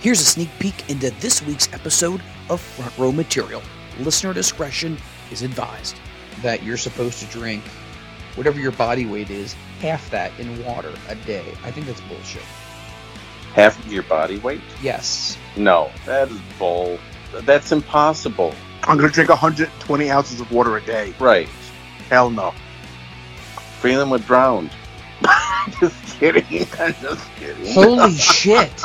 Here's a sneak peek into this week's episode of Front Row Material. Listener discretion is advised. That you're supposed to drink whatever your body weight is, half that in water a day. I think that's bullshit. Half of your body weight? Yes. No, that is bull. That's impossible. I'm gonna drink 120 ounces of water a day. Right. Hell no. Phelan was drowned. just kidding. I'm just kidding. Holy shit.